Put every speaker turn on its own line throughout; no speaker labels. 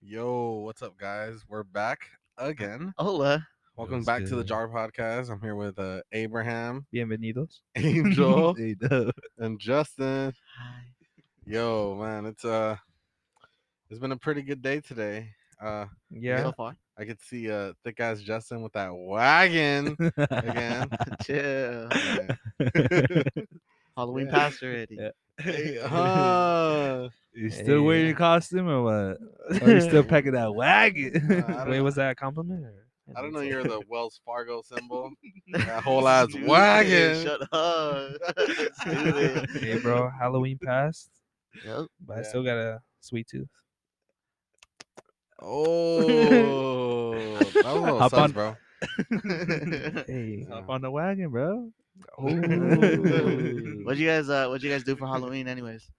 Yo, what's up, guys? We're back again.
Hola.
Welcome
what's
back to the
good?
Jar Podcast. I'm here with uh, Abraham,
Bienvenidos.
Angel,
Hey, no.
and Justin. Yo, man, it's uh, it's been a pretty good day today. Uh,
Yeah.
So
far.
I could see uh, thick ass Justin with that wagon again.
Chill.
Yeah.
Halloween
Yeah.
passed already.
Hey, huh.
You still wearing
Yeah.
your costume or what? Are you still packing that
Uh, I
wagon?
don't
Wait,
know.
was that a compliment? Or?
I don't know. You're the Wells Fargo symbol. That whole ass wagon.
Shut up. Stupid.
Hey, bro, Halloween passed,
Yep.
but I
Yeah.
still got a sweet tooth.
Oh, that was a little
Hop
sus,
on- Uh,
bro.
Hey,
Yeah.
hop on the wagon, bro.
Ooh.
what'd you guys uh what'd you guys do for Halloween anyways?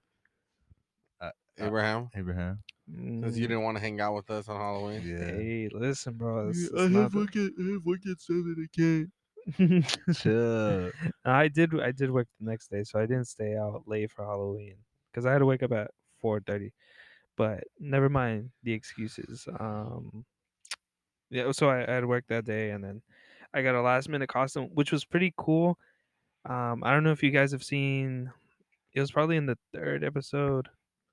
Abraham,
Abraham.
since you
Mm,
didn't want to hang out with us on Halloween.
Hey, listen, bro. It's,
I
it's
have
not
one
the-
kid. I have one kid. Seven. I can't. Chill.
I did. I did work the next day, so I didn't stay out late for Halloween because I had to wake up at four thirty. But never mind the excuses. Um, yeah. So I, I had work that day, and then I got a last minute costume, which was pretty cool. Um, I don't know if you guys have seen. It was probably in the third episode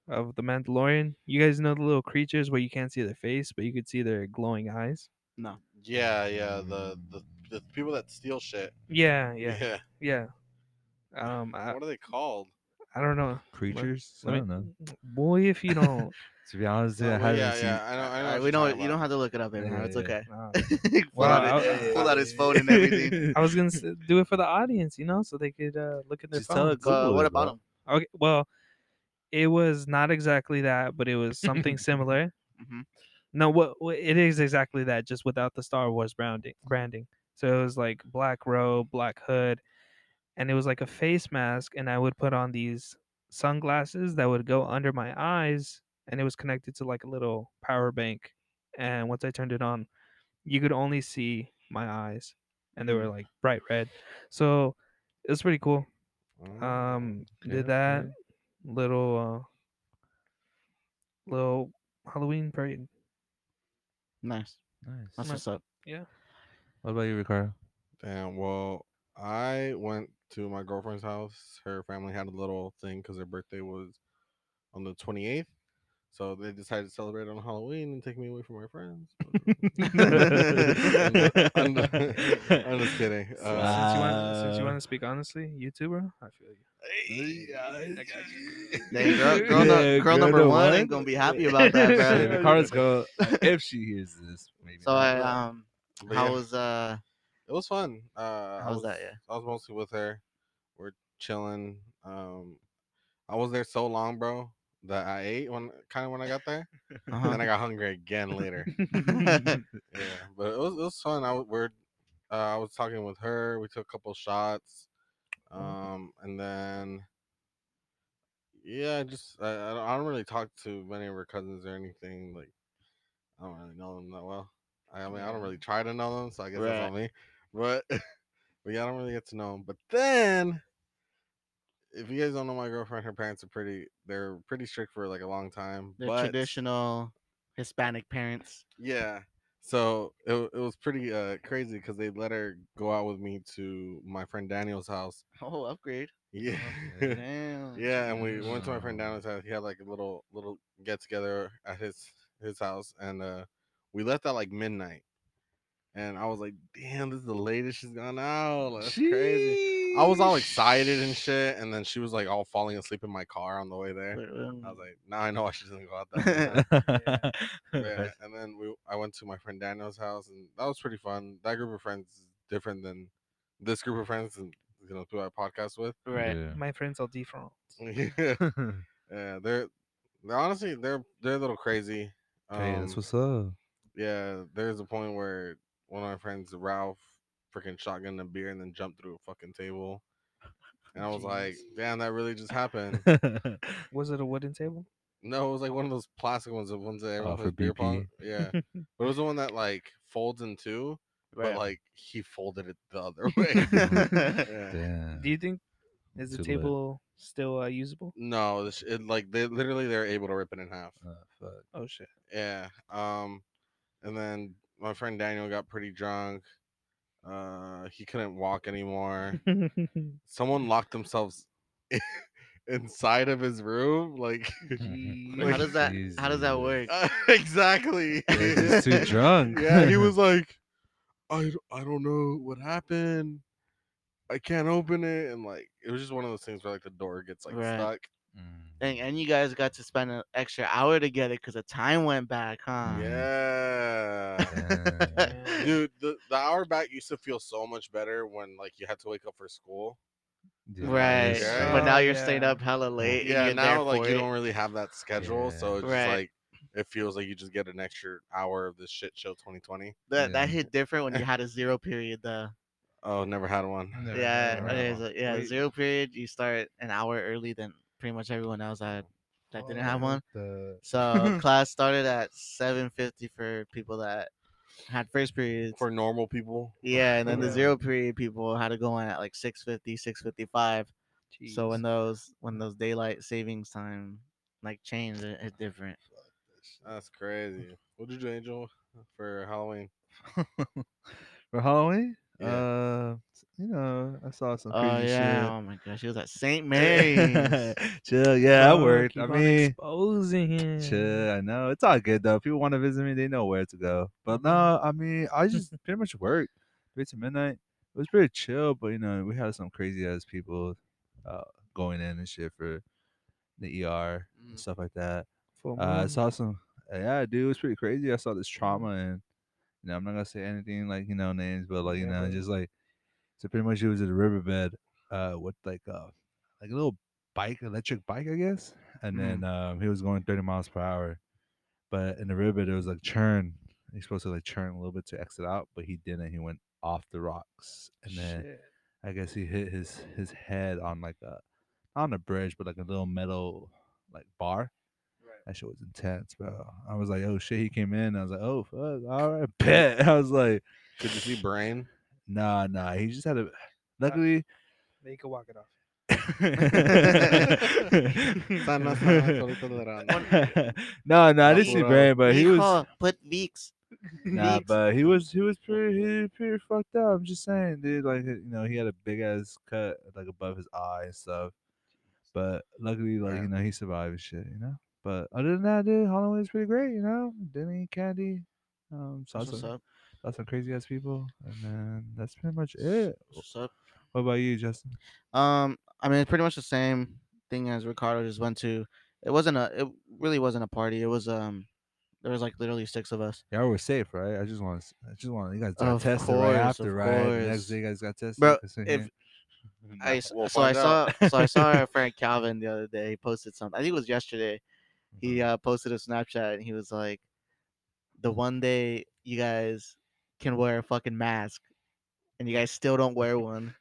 of The Mandalorian. You guys know the little creatures where you can't see their face, but you could see their glowing eyes.
No.
Yeah, yeah. The the, the people that steal shit.
Yeah, yeah, yeah. Um, I,
What are they called?
I don't know.
Creatures.
let
I
me-
don't know.
Boy, if you don't,
To be honest,
Oh,
I
well,
haven't
yeah,
seen.
yeah. I know. I know
Alright,
what
we
you're
don't
talking
you don't
about.
have to look it up every
Yeah,
It's
yeah,
okay.
nah.
pull,
Well,
out,
I-
his- pull out his phone and everything.
I was gonna s- do it for the audience, you know, so they could uh, look at their
Just tell
phones.
it, Google
Uh, what
it,
about
bro.
him?
Okay, well, it was not exactly that, but it was something similar.
Mhm.
No, what, what it is exactly that, just without the Star Wars branding. Branding. So it was like black robe, black hood, and it was like a face mask, and I would put on these sunglasses that would go under my eyes, and it was connected to like a little power bank. And once I turned it on, you could only see my eyes, and they were like bright red. So it was pretty cool.
Mm-hmm.
Um,
Okay,
did that little uh little Halloween parade.
Nice.
Nice.
That's what's up.
What about you, Ricardo?
Damn. Well, I went to my girlfriend's house. Her family had a little thing because her birthday was on the 28th. So they decided to celebrate on Halloween and take me away from my friends. I'm, just- I'm just- I'm just kidding. Uh,
since you want since you
Wow.
want to speak honestly, you too, bro. I feel you. I got
Dang, girl, girl, nu-
Yeah,
girl
girl
number
number
one ain't
one.
gonna be happy about that,
Yeah,
bro.
Ricardo's go if she hears this. Maybe
So
not.
I um
but
how
yeah,
was uh
it was fun. Uh, I
how was that, yeah?
I was mostly with her. We're chilling. Um, I was there so long, bro, that I ate when kind of when I got there, and then I got hungry again later.
Uh-huh.
yeah, but it was it was fun. I w- we're uh, I was talking with her. We took a couple shots,
Mm-hmm.
um, and then yeah, I just I, I don't- I don't really talk to many of her cousins or anything. Like I don't really know them that well. I mean, I don't
Yeah.
really try to know them, so I guess that's on
Mm. Right.
me. But but yeah, I don't really get to know them. But then. If you guys don't know my girlfriend, her parents are pretty. They're pretty strict for like a long time.
They're
but
traditional Hispanic parents.
yeah. So it, wa- it was pretty uh, crazy because they let her go out with me to my friend Daniel's house.
Oh, upgrade.
Yeah.
Damn.
yeah, and we went to my friend Daniel's
Wow.
house. He had like a little little get together at his his house and uh we left at like midnight. And I was like, damn, this is the latest she's gone out. That's crazy. I was all excited and shit, and then she was like all falling asleep in my car on the way there.
Wait,
I was
um,
like, now I know why she doesn't go out that night. yeah, and then we I went to my friend Daniel's house, and that was pretty fun. That group of friends is different than this group of friends, and you know, who I podcast with.
Right.
My friends are different.
yeah,
Yeah.
they're they're honestly they're they're a little crazy.
Hey,
Um,
that's what's up.
yeah, there's a point where one of my friends, Ralph, freaking shotgunned a beer and then jumped through a fucking table, and I was like, damn, that really just happened.
Was it a wooden table?
No, it was like one of those plastic ones, the ones that everyone
for
plays beer pong.
BP.
Yeah, but it was the one that like folds in two. but like he folded it the other way.
Right.
Yeah.
Damn.
Do you think is the
Too lit.
table still uh, usable?
No, this- it, like they literally they're able to rip it in half.
Oh, fuck.
Oh shit.
Yeah. Um, and then my friend Daniel got pretty drunk. Uh, he couldn't walk anymore. Someone locked themselves inside of his room. Like
Jeez, how does that? How does that
Jesus.
work?
exactly.
He was just too drunk.
Yeah, he was like, I, d- I don't know what happened. I can't open it, and like it was just one of those things where like the door gets like
Right.
stuck.
Mm.
Dang, and you guys got to spend an extra hour together because the time went back, huh?
Mm.
Yeah.
Damn.
dude the, the hour back used to feel so much better when like you had to wake up for school
Dude,
Right.
this
Yeah.
But
shit.
now
Oh,
you're staying
yeah.
up hella late.
yeah
and you're there
now like
for
you
it.
don't really have that schedule so
Yeah.
it's
Right.
just like it feels like you just get an extra hour of this shit show 2020
That, that
Yeah.
hit different when you had a zero period though.
oh never had one
Never
yeah,
mind,
right
there's
never
a, yeah,
Wait.
zero period. You start an hour early than pretty much everyone else had that didn't have
mind.
one.
Oh, The-
So class started at seven fifty for people that had first periods.
for normal people
yeah, and then the
Yeah.
zero period people had to go in at like 650, 655. So when those when those daylight savings time like changed, it, it's different.
that's crazy what did you do angel for halloween
For Halloween?
Yeah.
Uh, you know, I saw some
Oh
crazy
yeah!
shit.
Oh my gosh, she was at St. Mary's.
chill, yeah, I
Fuck,
worked.
keep
I
on
mean,
exposing him.
chill. I know it's all good though. If people want to visit me, they know where to go. But no, I mean, I just pretty much worked three to midnight. It was pretty chill, but you know, we had some crazy ass people uh, going in and shit for the ER
Mm.
and
Mm.
stuff like that.
Full
Uh, I
moon.
saw some. uh, Yeah, dude, it was pretty crazy. I saw this trauma, and you know, I'm not gonna say anything like you know names, but like you
Yeah,
know,
but-
just like so. Pretty much, it was at a riverbed, uh, with like uh, like a little bike, electric bike, I guess. And then
Mm-hmm.
um, he was going 30 miles per hour, but in the riverbed, it was like churn. He's supposed to like churn a little bit to exit out, but he didn't. He went off the rocks, and then
Shit.
I guess he hit his his head on like a not on a bridge, but like a little metal like bar. That shit was intense, bro. I was like, oh shit, he came in. I was like, oh fuck, all right, bet. I was like,
could you see brain
nah, nah. He just had a. Luckily,
They could walk it off.
Sana, sana, tolu, tolerando.
no, no, I didn't see
Sakura.
Brand, but he was
Hijo, put Vicks.
nah,
Vicks.
but he was he was pretty he was pretty fucked up. I'm just saying, dude. Like you know, he had a big ass cut like above his eye and stuff. But luckily, like
Yeah.
you know, he survived and shit. You know. But other than that, dude, Halloween was pretty great. You know, didn't eat candy. Um, saw
That's what's
some,
up?
saw some crazy ass people, and then that's pretty much it.
That's What's up?
What about you, Justin?
Um, I mean, it's pretty much the same thing as Ricardo just went to. It wasn't a. It really wasn't a party. It was um, there was like literally six of us.
Y'all were safe, right? I just want, to, I just want you guys got
Of
tested
course,
right
of
after, right? The next
course.
day, you guys got tested.
Bro,
'Cause, uh,
if-
yeah.
I s-
Mm, We'll
so I
find
saw
out.
so I saw our friend Calvin the other day. He posted something. I think it was yesterday. He
Mm-hmm.
uh, posted a Snapchat and he was like, "The one day you guys can wear a fucking mask, and you guys still don't wear one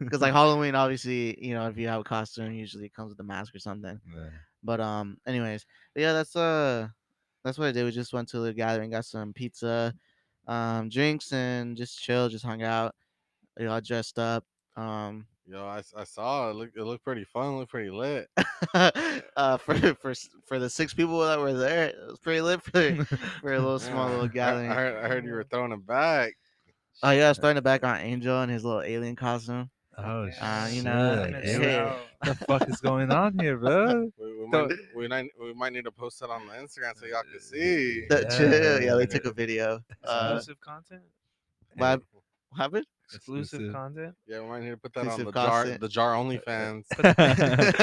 because like Halloween, obviously, you know, if you have a costume, usually it comes with a mask or something."
Yeah.
But um, anyways, but yeah, that's uh, that's what I did. We just went to the gathering, got some pizza, um, drinks, and just chill, just hung out. We all dressed up. Um,
yo I, s- I saw it looked it looked pretty fun looked pretty lit
uh, for for s- for the six people that were there, it was pretty lit for, for a little small
Yeah,
little gathering.
I, I, heard, I heard you were throwing it back
Oh yeah, I was throwing it back on Angel and his little alien costume.
Oh,
Uh, you
shit.
know,
Alien.
it's-
What the fuck is going on here, bro?
we, we,
Don't-
might, we, might, we might need to post it on the instagram so y'all
Uh,
can see
The- chill, yeah, they
Yeah.
took a video. Uh,
Exclusive content.
my, what happened?
Exclusive content.
Yeah, we might need to put that on
Exclusive
the jar,
content.
the jar
Uh,
OnlyFans.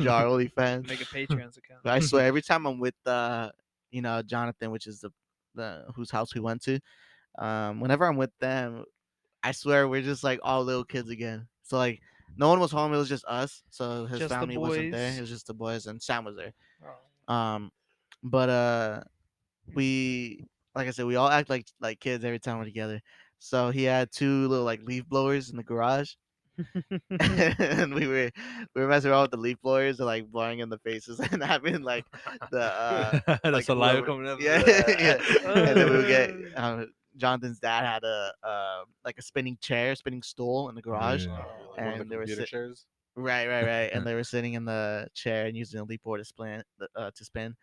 Jar only fans.
Make a Patreon's account.
But I swear, every time I'm with uh, you know, Jonathan, which is the the whose house we went to, um, whenever I'm with them, I swear we're just like all little kids again. So like no one was home, it was just us. So his
Just the
family wasn't there.
boys.
It was just the boys and Sam was there.
Oh.
Um but uh we like I said, we all act like like kids every time we're together. So he had two little like leaf blowers in the garage. and we were we were messing around with the leaf blowers and like blowing in the faces and having like the uh
That's
like,
saliva
whoever-
coming up.
yeah yeah and then we would get um, Jonathan's dad had a uh, like a spinning chair, spinning stool in the garage.
Yeah.
Uh, like one of the
And they were
computer
sit-
chairs.
Right, right, right. and they were sitting in the chair and using a leap board to spin. Uh, to spin.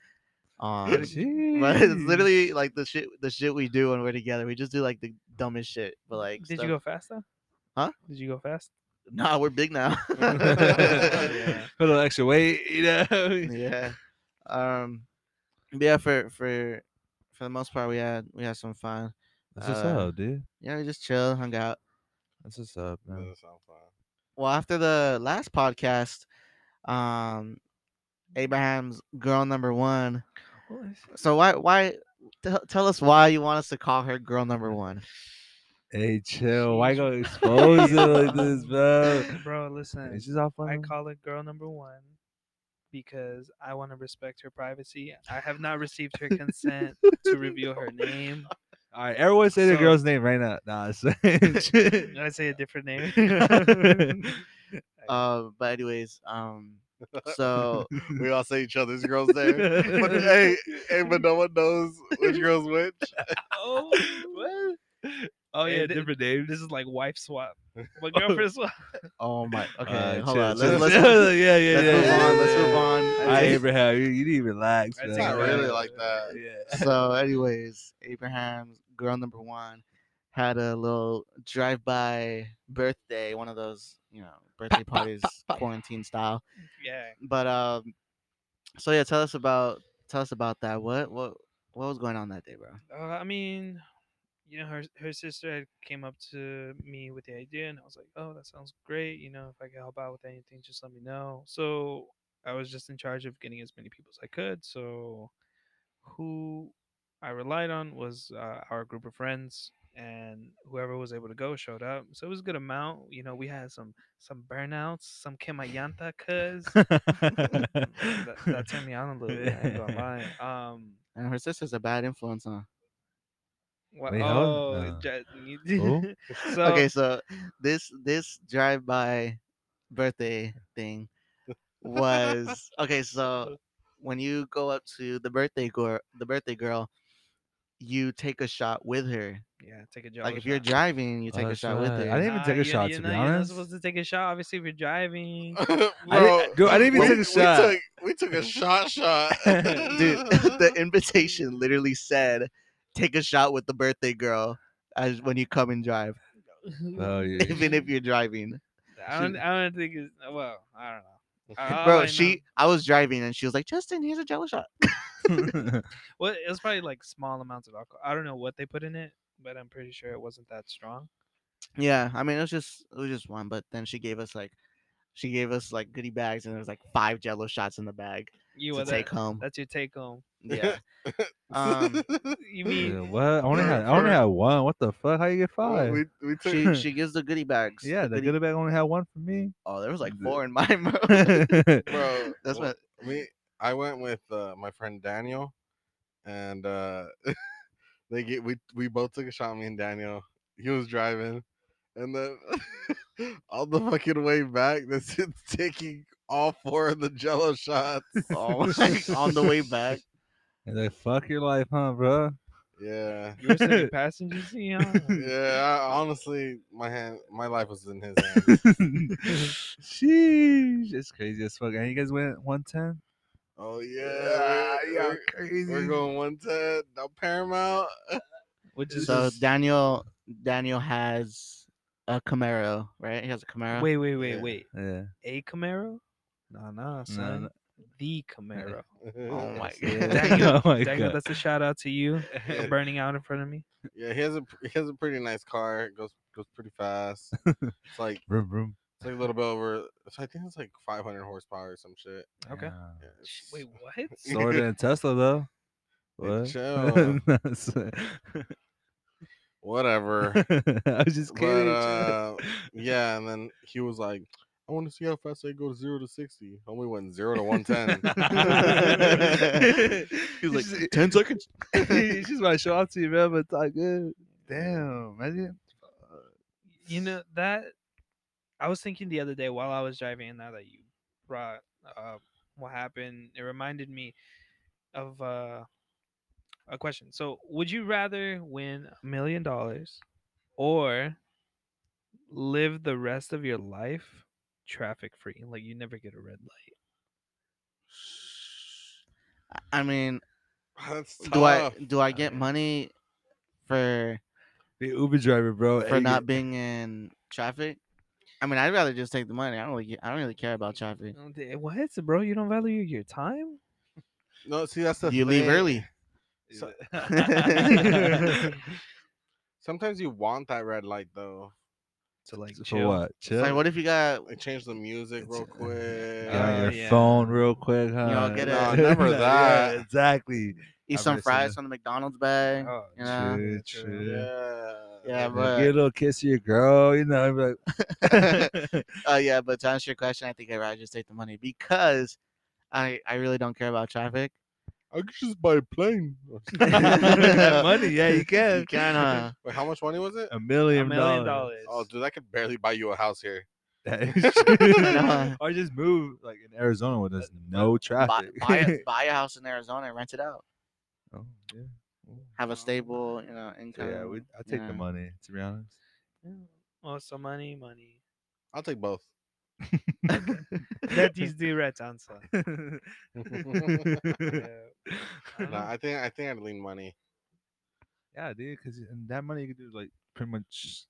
Um, but it's
Jeez.
literally like the shit. The shit we do when we're together. We just do like the dumbest shit. But like,
Did
stuff-
you go fast though?
Huh?
Did you go fast?
Nah, we're big now.
Yeah.
Put a little extra weight, you know.
yeah. Um. but Yeah. For for for the most part, we had we had some fun.
That's what's
Uh,
up, dude.
Yeah, we just chill, hung out.
That's what's up, man.
Doesn't sound fun.
Well, after the last podcast, um, Abraham's girl number one. So why why tell tell us why you want us to call her girl number one?
Hey, chill. Why go expose it like this, bro?
Bro, listen.
It's just all fun.
I call it girl number one because I want to respect her privacy. I have not received her consent to reveal her name.
all right, everyone say the
So-
girl's name right now. Nah, it's
Did I say a different name?
Uh, but anyways, um, so
We all say each other's girls there. But hey, hey, but no one knows which girl's which.
oh, what? Oh yeah,
Hey,
thi-
different names.
This is like wife swap, but girlfriend swap.
oh my, okay,
Uh,
hold
chill,
on,
chill.
let's, let's,
yeah, yeah,
let's
yeah,
move
yeah,
on, let's
yeah.
move on.
All right,
take-
Abraham, you, you need to relax.
I
man.
take
Not
it
really
back.
like that.
Yeah.
so anyways abraham's girl number one had a little drive-by birthday one of those you know birthday parties quarantine style
Yeah.
but um so yeah tell us about tell us about that what what what was going on that day bro
Uh, I mean, you know, her her sister had came up to me with the idea, and I was like, "Oh, that sounds great. You know, if I can help out with anything, just let me know." So I was just in charge of getting as many people as I could. So who I relied on was uh, our group of friends, and whoever was able to go showed up. So it was a good amount. You know, we had some some burnouts, some kemayanta cuz. that, that turned me on a little bit. I ain't gonna lie. Um,
and her sister's a bad influence on
Wha-
Wait, how-
oh,
no.
ju- you
Oh?
did- so
okay so this this drive-by birthday thing was okay so when you go up to the birthday girl the birthday girl you take a shot with her
yeah, take a job.
like if you're driving you take
Oh,
a shot with
shit.
her
I didn't even take a shot,
You're
to
not,
be
you're not
honest.
supposed to take a shot, obviously, if you're driving.
Bro,
dude, I didn't even
we-
take a
we
shot.
took- We took, a shot shot.
dude the invitation literally said take a shot with the birthday girl as when you come and drive
Oh, yeah.
even if you're driving
I don't. I don't think it's uh, well. I don't know. Uh, all
bro
I know-
she i was driving and she was like justin here's a jello shot
Well, it was probably like small amounts of alcohol. I don't know what they put in it, but I'm pretty sure it wasn't that strong.
Yeah, I mean it was just it was just one, but then she gave us like she gave us like goodie bags and there was like five jello shots in the bag
You
to
were
take home.
That's your take home.
Yeah. um
You
Yeah,
mean?
what? I only
For-
had I only
for-
had one. What the fuck? How you get five?
we, we took
she she gives the goodie bags.
yeah, the good bag only had one for me.
Oh, there was like
the-
four in mine, bro.
Bro,
bro.
That's
wh-
what
we I went with uh, my friend Daniel, and uh, they get we we both took a shot. Me and Daniel. He was driving, and then all the fucking way back, this is taking all four of the Jello shots.
oh, like, on the way back.
and like fuck your life, huh, bro?
Yeah,
You were sitting passenger seat, huh?
yeah. I, honestly, my hand, my life was in his hands.
Sheesh, it's crazy as fuck. And you guys went one ten?
Oh
Ah,
yeah, we're,
yeah,
we're-
crazy.
we're going one ten. Now Paramount.
Which is
So Daniel Daniel has a Camaro, right? He has a Camaro.
wait, wait, wait,
Yeah.
wait.
Yeah.
A Camaro? Nah, nah, son.
no.
The Camaro.
Oh my
Yeah.
Daniel,
Oh my
Daniel
God.
that's a shout out to you for burning out in front of me.
Yeah, he has a pr- he has a pretty nice car. It goes goes pretty fast. It's like
Vroom, vroom.
it's like a little bit over. it's- I think it's like 500 horsepower or some shit.
Okay.
Yeah.
Yeah,
Sh-
it's-
Wait, what?
Slower than Tesla though.
Hey,
What?
chill.
That's-
whatever.
I was just
But,
kidding.
uh, yeah, and then he was like, "I want to see how fast I go to zero to 60." Homie went zero to 110.
He was like ten seconds.
She's just my show off to you, man, but it's all good. Damn, imagine.
You know that I was thinking the other day while I was driving, and now that you brought up what happened, it reminded me of uh, a question. So, would you rather win a million dollars or live the rest of your life traffic free. Like you never get a red light.
I mean,
That's tough.
do I do I get
mean-
money for
The Uber driver, bro.
for
hey,
not being in traffic? I mean, I'd rather just take the money. I don't really, ge- I don't really care about traffic.
Oh, d- What, bro? You don't value your time?
No, see that's the
You leave
thing.
early.
So-
so
Sometimes you want that red light though.
like
for what? Chill.
It's like, what if you got?
Like change the music
It's-
real
uh,
quick. Ah,
Get on
Yeah,
your
yeah.
phone real quick, huh?
know, get
No, it- never
Yeah,
that.
exactly.
Eat
I
some
miss
fries
that.
from the McDonald's bag.
Oh,
you know?
True,
yeah.
true.
Yeah,
Like,
but-
Get a little kiss to your girl, you know. be like,
Oh yeah, but to answer your question, I think I'd rather just take the money because I I really don't care about traffic.
I could just buy a plane.
money, yeah, you can.
You can, uh,
Wait, how much money was it?
a million,
a million dollars.
Oh, dude, I could barely buy you a house here.
That is true.
No.
Or just move like in Arizona where there's no
buy,
traffic.
buy, a, buy a house in Arizona and rent it out.
Oh, yeah. Well,
Have a stable, you know,
so
income.
yeah, we, I'll take
yeah.
the money, to be honest.
Oh, so money, money.
I'll take both.
That is the right answer.
nah,
Yeah. Um, I don't-
I think I think I'd lean money.
yeah, dude, because that money you can do like pretty much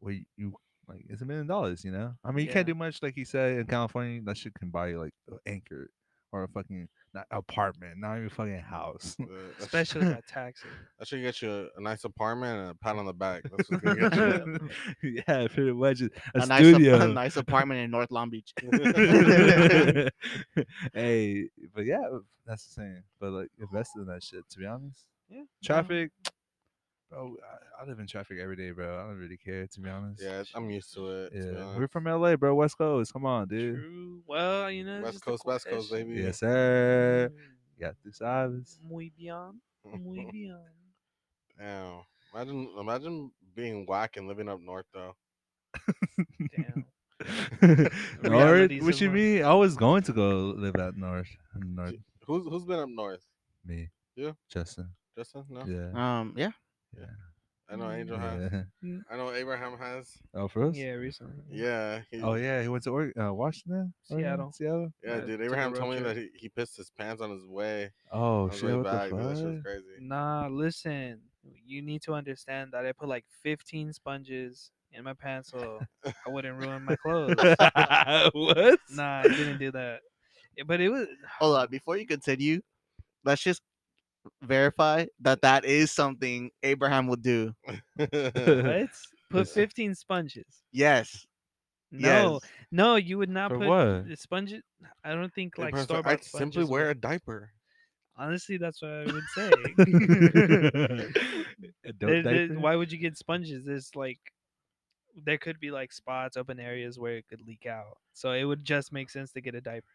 what you- you like. It's a million dollars, you know. I mean, you can't
Yeah.
do much, like he said in California. That shit can buy you like an anchor or a fucking not apartment, not even fucking house.
Uh, that sh-
Especially that taxes.
that should get you a, a nice apartment and a pat on the back. That's what's gonna get you.
yeah, pretty much a,
A nice, ap-
studio.
a nice apartment in North Long Beach.
hey, but yeah, uh, that's the same. But like invested in that shit, to be honest.
Yeah.
Traffic, bro. I, I live in traffic every day, bro. I don't really care, to be honest.
Yeah, it's- I'm used to it. to be
Yeah, we're
honest.
from LA, bro. West Coast. Come on, dude.
True. Well, you know. it's
West
just a
Coast, West Coast,
question.
baby.
Yes, sir.
Mm,
Got this Ives.
Muy bien. Muy bien.
Damn. Imagine, imagine being whack and living up north though.
Damn.
north?
realities
What
of
you
life.
mean? I was going to go live out north. in North,
Who's who's been up north?
me.
Yeah.
Justin.
Justin? No,
Yeah.
Um, yeah.
I know Angel has.
yeah.
I know Abraham has.
Oh, for us?
Yeah, recently.
Yeah. He,
Oh yeah, he went to Oregon, uh, Washington, Oregon?
Seattle.
Seattle.
yeah,
yeah, took
dude.
a
Abraham
road
told me
trip.
that he, he pissed his pants on his way.
Oh
on his
shit,
way
what
back. dude, That shit
the
was
fuck?
crazy.
Nah, listen. You need to understand that I put like 15 sponges in my pants, so I wouldn't ruin my clothes.
what?
nah, I didn't do that. Yeah, But it was.
Hold on, before you continue, let's just verify that that is something Abraham would do.
What? Put
Listen.
15 sponges.
Yes.
No,
Yes.
no, you would not
For
put
what?
the sponges. I don't think like
Abraham's
store
I
bought sponges.
simply wear a
would-
diaper.
Honestly, that's what I would say. There-
Adult
there-
diaper?
why would you get sponges? There's like, there could be like spots, open areas where it could leak out. So it would just make sense to get a diaper.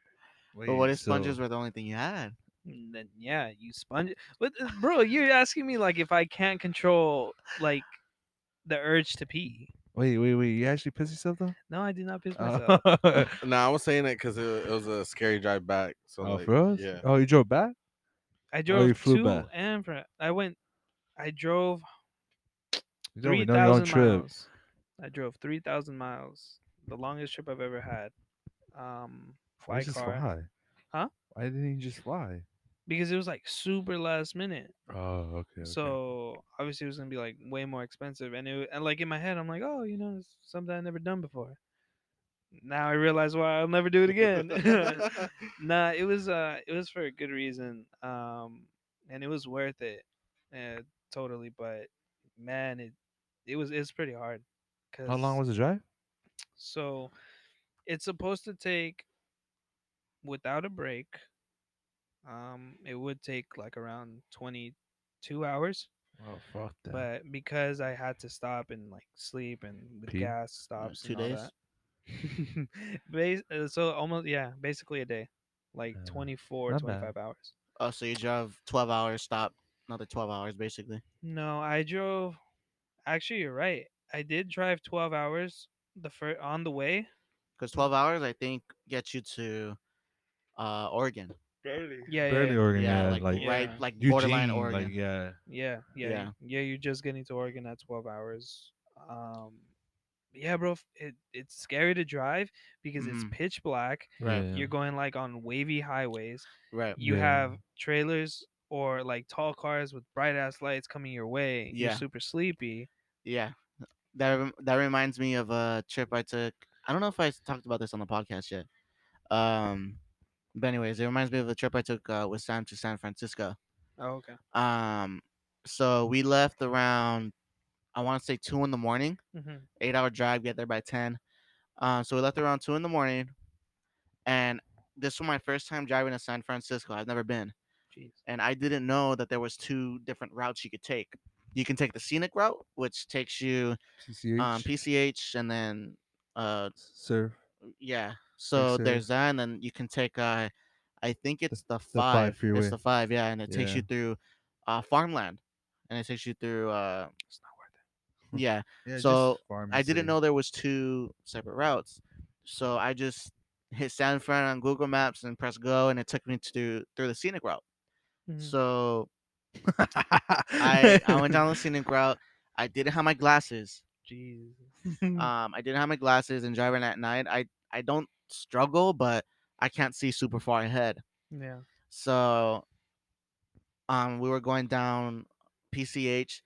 But what
Wait,
if sponges
so-
were the only thing you had?
And Mm, then yeah, you sponge. But uh, bro, you're asking me like if I can't control like the urge to pee.
Wait, wait, wait! You actually piss yourself though?
No, I did not piss myself.
Uh,
No, I was saying it because it, it was a scary drive back. So
oh,
like,
for us?
yeah.
Oh, you drove back?
I drove
oh, you flew
to
back.
and fro- I went. I drove
You
three
know your own
thousand miles. I drove three thousand miles, the longest trip I've ever had. Um,
Why
fly
just
car
fly?
Huh?
Why didn't you just fly?
because it was like super last minute.
Oh, okay.
So obviously it was gonna be like way more expensive, and it and like in my head I'm like, oh, you know, it's something I've never done before. Now I realize why I'll never do it again. nah, it was uh, it was for a good reason, um, and it was worth it, uh, totally. But man, it it was it's pretty hard. Cause
how long was the drive?
So it's supposed to take without a break. Um, it would take like around 22 hours,
Oh, fuck that!
but because I had to stop and like sleep and with
Pee?
gas stops,
two
and all
days?
That. Bas- uh, so almost yeah, basically a day, like
Uh,
24,
not bad.
25 hours.
Oh, so you drove 12 hours, stop another 12 hours, basically.
No, I drove. Actually, you're right. I did drive 12 hours the fir- on the way,
Because 12 hours, I think, gets you to uh, Oregon.
Yeah, yeah,
Barely
yeah.
Oregon, yeah,
like,
like
right,
Yeah.
like
Eugene,
borderline
like,
Oregon.
yeah.
Yeah, yeah,
Yeah.
yeah. You're just getting to Oregon at 12 hours. Um, yeah, bro, f- it, it's scary to drive because it's
Mhm.
pitch black.
Right.
Yeah.
You're going like on wavy highways.
Right.
You
Yeah.
have trailers or like tall cars with bright ass lights coming your way.
Yeah.
You're super sleepy.
Yeah. That rem- that reminds me of a trip I took. I don't know if I s- talked about this on the podcast yet. Um, but anyways, it reminds me of a trip I took uh, with Sam to San Francisco.
Oh, okay.
Um, so we left around, I want to say two in the morning.
hmm
eight hour drive, get there by 10. Um, so we left around two in the morning. And this was my first time driving to San Francisco. I've never been.
Jeez.
And I didn't know that there was two different routes you could take. You can take the scenic route, which takes you
CCH.
um, PCH and then uh,
Surf.
yeah. So
sir.
there's that, and then you can take uh, I think it's the,
five
five.
freeway.
It's the five, yeah, and it takes
Yeah.
you through uh, farmland, and it takes you through uh,
It's not worth it.
yeah.
Yeah,
So,
just farm
I didn't
city.
know there was two separate routes, so I just hit San Fran on Google Maps and press go, and it took me to through the scenic route.
Mhm.
So I I went down the scenic route. I didn't have my glasses.
Jeez.
Um, I didn't have my glasses, and driving at night, I I don't struggle, but I can't see super far ahead.
yeah.
So um we were going down PCH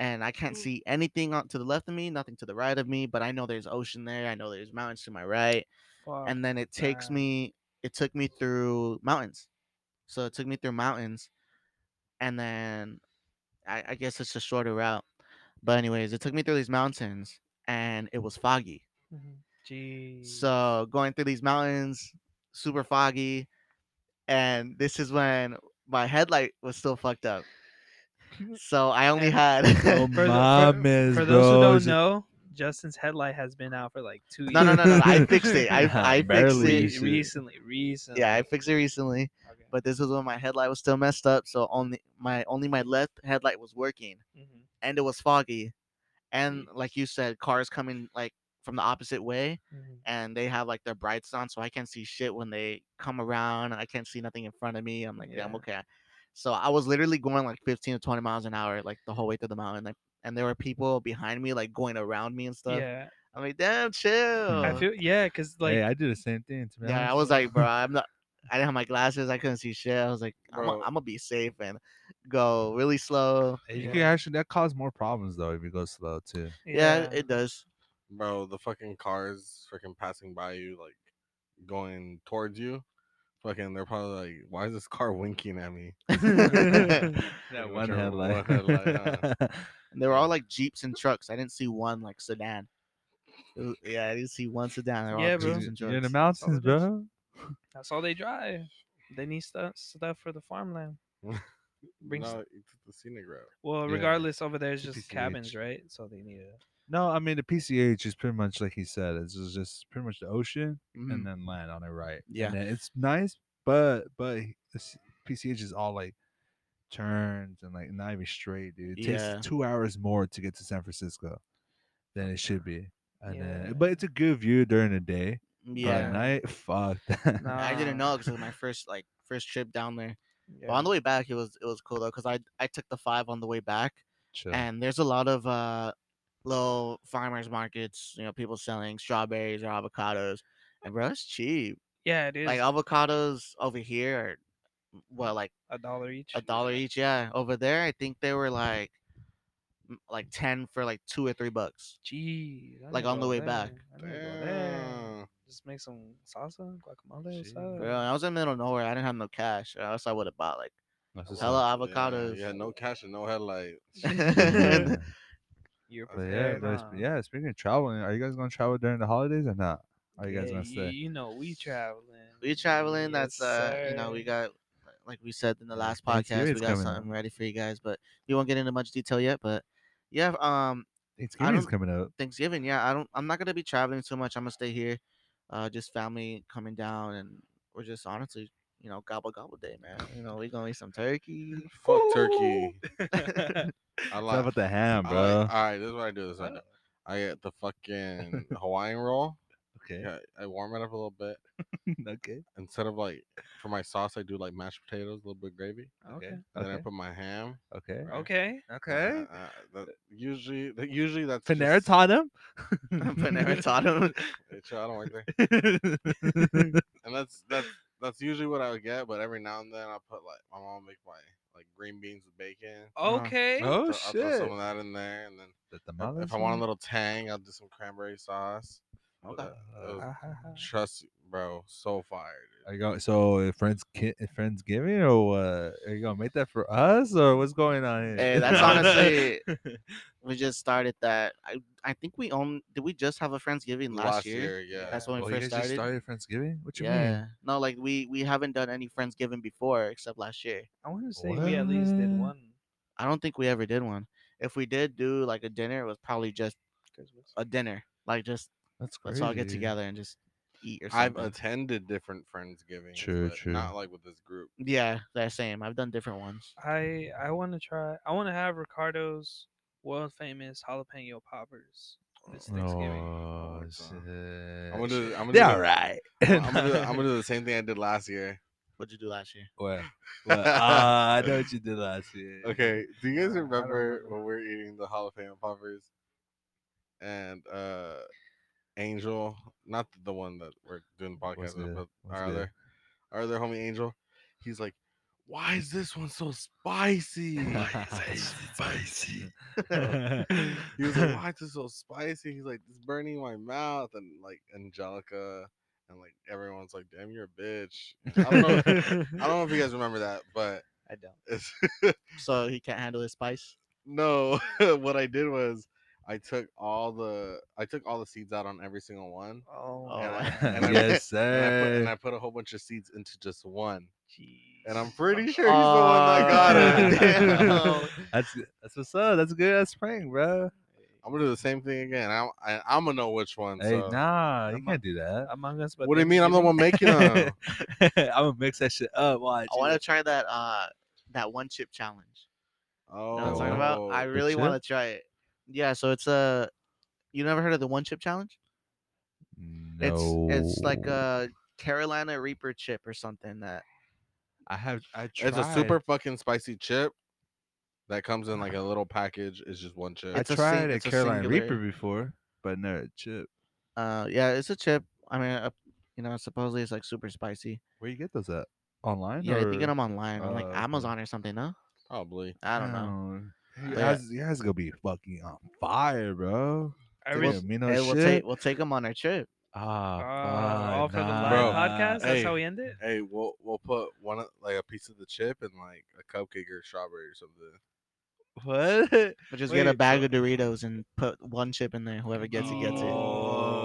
and I can't see anything on, to the left of me, nothing to the right of me, but I know there's ocean there, I know there's mountains to my right.
Fuck.
And then it takes
damn.
me it took me through mountains. So it took me through mountains and then I, I guess it's a shorter route. But anyways, it took me through these mountains and it was foggy.
Mhm. Jeez.
So going through these mountains, super foggy, and this is when my headlight was still fucked up. So I only had
For the-
Oh,
for-
mames,
For those who
bro,
don't
is it-
know, Justin's headlight has been out for like two
no, no, no, no. I fixed it. I I fixed
Barely
it.
used it.
recently, recently.
Yeah, I fixed it recently.
Okay.
But this was when my headlight was still messed up. So only my only my left headlight was working,
Mhm.
and it was foggy, and like you said, cars coming like from the opposite way.
Mhm.
and they have like their brights on, so I can't see shit when they come around. I can't see nothing in front of me. I'm like, damn,
Yeah.
okay. So I was literally going like 15 to 20 miles an hour, like the whole way through the mountain. Like, and there were people behind me, like going around me and stuff.
Yeah,
I'm like, damn, chill.
I
uh
feel yeah, cause like
hey, I do the same thing. To be
yeah, I
honest.
was like, bro, I'm not. I didn't have my glasses. I couldn't see shit. I was like, I'm
Bro.
gonna be safe and go really slow.
Hey, You
Yeah.
can actually that cause more problems though if you go slow too.
Yeah, it does.
bro. The fucking cars freaking passing by you, like going towards you. Fucking, they're probably like, "Why is this car winking at me?"
That
With
one
your
headlight. uh,
headlight,
And they were all like jeeps and trucks. I didn't see one like sedan. It was- Yeah, I didn't see one sedan. They were all
Yeah,
jeeps
bro.
You're
and
in- You're in the
trucks.
mountains,
it is.
bro.
That's all they drive. They need stuff stuff for the farmland. Bring
no,
s-
you took the scenic route.
well,
Yeah.
regardless, over there is just
PPCH.
cabins, right? So they need a
No, I mean the PCH is pretty much like he said. It's just, just pretty much the ocean and then land on the right.
Mm-hmm. Yeah.
and then it's nice, but but this PCH is all like turns and like not even straight, dude. It
Yeah.
takes two hours more to get to San Francisco than it should be. And
Yeah.
then, but it's a good view during the day. but
yeah,
at night, fuck that.
Nah.
I didn't
Ah.
know because it was my first like first trip down there.
yeah.
But on the way back, it was it was cool though because I I took the five on the way back,
Chill.
and there's a lot of uh little farmers markets. You know, people selling strawberries or avocados, and bro, it's cheap.
yeah, it is
Like avocados over here are well like
a dollar each.
a dollar each. Yeah, over there I think they were like m- like ten for like two or three bucks.
Jeez, I
Like,
need to
on the
go
way
there.
back.
I need to go there.
Damn.
Just make some salsa, guacamole. What's
Jeez.
up?
Bro, I was in the middle of nowhere. I didn't have no cash, or else I would have bought like
That's what's
hella
up.
avocados.
Yeah, yeah, no cash and no headlight.
Yeah.
You're
But yeah,
prepared,
but
huh?
it's- yeah. Speaking of traveling, are you guys gonna travel during the holidays or not? Are you guys
Yeah,
gonna
You,
stay?
you know, we traveling.
we traveling.
Yes,
That's uh, you know, we
sir.
got like we said in the
Yeah,
last
Thanksgiving
podcast, we
is
got
coming up.
something ready for you guys, but we won't get into much detail yet. But yeah, um,
Thanksgiving's
don't-
coming up.
Thanksgiving. Yeah, I don't. I'm not gonna be traveling too much. I'm gonna stay here. Uh, just family coming down, and we're just honestly, you know, gobble gobble day, man. You know, we gonna eat some turkey.
Fuck turkey. I
It's all
like.
about the ham,
I
bro.
like- all right, this is what I do. This is what I do. I get the fucking Hawaiian roll.
Okay.
Yeah, I warm it up a little bit.
okay.
Instead of like for my sauce, I do like mashed potatoes, a little bit of gravy.
Okay.
And then I
Okay.
put my ham.
Okay.
right?
Okay.
Uh,
Okay.
uh, that, usually, that, usually that's
Panera
just-
taught him.
Panera taught him.
Hey, chill, I don't like that.
him.
And that's that's that's usually what I would get. But every now and then I'll put like my mom make my like green beans with bacon.
Uh-huh.
Okay.
Oh.
I'll throw- I'll throw
shit. Oh,
some of that in there, and then
the
if-
tamales.
if I want a little tang, I'll do some cranberry sauce.
one?
uh,
Uh,
oh, Ah,
uh, Trust, bro, so fire. dude.
Are you going, so uh, friends, ki- friends giving or what? Are you gonna make that for us or what's going on here?
Hey, Eh, that's
No,
honestly. we just started that. I I think we own. Did we just have a Friendsgiving last, year?
yeah.
That's when we
Oh, you
first
guys
started.
just started Friendsgiving? What you
yeah.
mean?
No, like we we haven't done any Friendsgiving before except last year.
I want to say we at least
What?
did one.
I don't think we ever did one. If we did do like a dinner, it was probably just a dinner. Like just
That's crazy. uh,
let's all get together and just eat or
I've
something.
attended different friendsgiving.
True,
but
true.
Not like with this group.
yeah, that same. I've done different ones.
I I want to try. I want to have Ricardo's world famous jalapeno poppers. It's Thanksgiving.
Oh,
my God.
shit.
I'm gonna do. I'm gonna
They're
do
all
the-
right.
I'm gonna, do, I'm gonna do the same thing I did last year.
What'd you do last year?
What? What? Ah, I know what you did last year.
Okay, do you guys
Uh, I don't
remember
remember.
when we were eating the Hall of Fame poppers? And uh Angel, not the one that we're doing the
What's
podcast with,
good?
but
What's
our
good?
other, our other homie Angel, he's like, "Why is this one so spicy?"
spicy.
he was like, "Why is this so spicy?" He's like, "It's burning my mouth," and like Angelica, and like everyone's like, "Damn, you're a bitch." And I don't know. I don't know if you guys remember that, but
I don't.
it's
So he can't handle his spice.
no. what I did was I took all the I took all the seeds out on every single one,
Oh,
Oh,
my
I- and I-
yes,
and, I put, and
sir.
I put a whole bunch of seeds into just one.
jeez.
And I'm pretty sure he's the one that got
Oh,
it.
damn.
That's that's what's up. That's a good ass prank, bro.
I'm gonna do the same thing again. I'm I, I'm gonna know which one.
Hey,
so.
nah, you
I'm
can't do that.
Among Us. but
what do you mean? I'm the one making them.
I'm gonna mix that shit up. Watch.
I want to try that uh that one chip challenge.
Oh,
You know what I'm talking about? I really want to try it. Yeah, so it's a. You never heard of the one chip challenge?
no.
It's it's like a Carolina Reaper chip or something that.
I have. I tried.
It's a super fucking spicy chip that comes in like a little package. It's just one chip.
I
It's a
tried
sing-
a,
it's a
Carolina
singular-
Reaper before, but never a chip.
Uh, yeah, it's a chip. I mean, uh, you know, supposedly it's like super spicy.
Where you get those at? Online?
Yeah, I think
or-
I'm online, on like
uh, okay.
Amazon or something. No,
Probably.
I don't know.
You
But-
guys, you guys gonna be fucking on fire, bro.
I
Damn,
res-
me no
Hey, we'll
shit.
take we'll take them on our trip.
ah,
uh,
fuck,
all for the
nah,
live
Bro,
podcast. That's
hey,
how we end it.
Hey, we'll we'll put one of- like a piece of the chip and like a cupcake or strawberry or something.
What?
We'll just get a
Wait,
bag
so-
of Doritos and put one chip in there. Whoever gets it gets it.
Oh,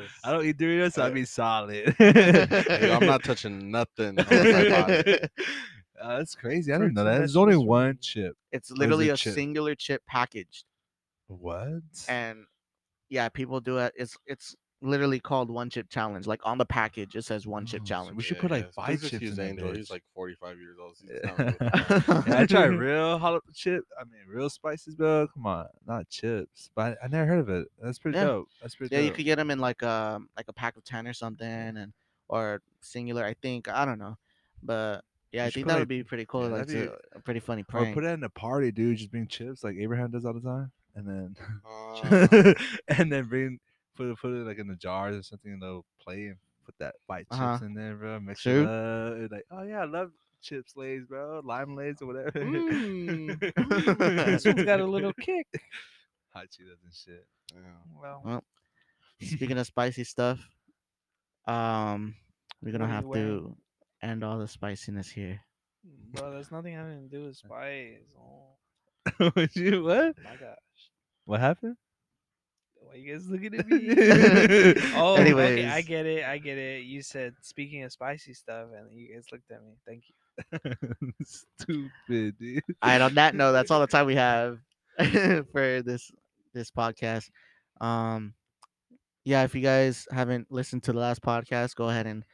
Yes.
I don't eat Doritos, so
Uh,
I'd be solid.
Hey, I'm not touching nothing. on my body.
Uh, that's crazy. I
Fruits
didn't know
and
that. There's only
vegetables for
one
me.
chip.
It's
the
literally a
chip?
singular chip packaged,
What?
and yeah, people do it. It's it's literally called one chip challenge. Like on the package, it says one chip
Oh, so
challenge.
we should put, like,
Please
five
excuse
chips in that
Angel. He's
bitch.
like 45 years old. so he's not really familiar.
Yeah, I tried real hollow chip. I mean, real spices, bro. Come on, not chips. But I, I never heard of it. That's pretty
Yeah.
dope. That's pretty
Yeah, you
dope.
could get them in like a like a pack of ten or something, and or singular. I think I don't know, but yeah,
You
I
should
think
probably-
that would be pretty cool.
yeah,
like
that'd be-
to- a pretty funny
Or
prank.
put it in a party, dude. Just bring chips like Abraham does all the time, and then
Uh,
and then bring put it put it like in the jars or something, and they'll play and put that white
Uh-huh.
chips in there, bro. Mix
True.
it up. and like, oh yeah, I love chips lays, bro. Lime lays or whatever.
Mm.
this one's got a little kick.
hot Cheetos and shit.
yeah.
Well,
Well, speaking of spicy stuff, um, we're gonna
What are you
have
wearing?
to end all the spiciness here.
bro, there's nothing having to do with spice. Oh
What you- what?
my gosh,
What happened?
why you guys looking at me? Oh, okay, I
Anyways.
get it. I get it. You said speaking of spicy stuff, and you guys looked at me. Thank you.
Stupid, dude.
All right, on that note, that's all the time we have for this this podcast. Um, yeah, if you guys haven't listened to the last podcast, go ahead and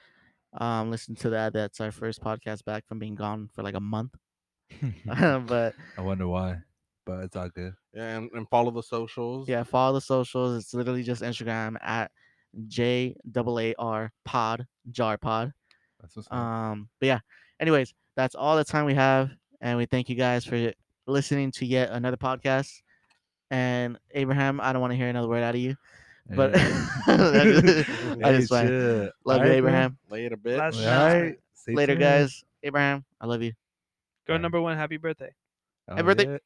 um listen to that. That's our first podcast back from being gone for like a month. but
I wonder why, but it's all good.
Yeah, and, and follow the socials.
yeah, follow the socials. It's literally just Instagram at J double A R pod jar pod.
That's
Mm.
what's up.
Um, but yeah, anyways, that's all the time we have, and we thank you guys for listening to yet another podcast. And Abraham, I don't want to hear another word out of you, but I
Hey,
just like,
shit.
love you,
Alright, bro.
Abraham.
Later, bitch.
Last
All
shout.
right. Stay
Later,
tuned.
guys. Abraham, I love you.
Go
Alright.
number one. Happy birthday.
Oh,
Happy birthday.
yeah.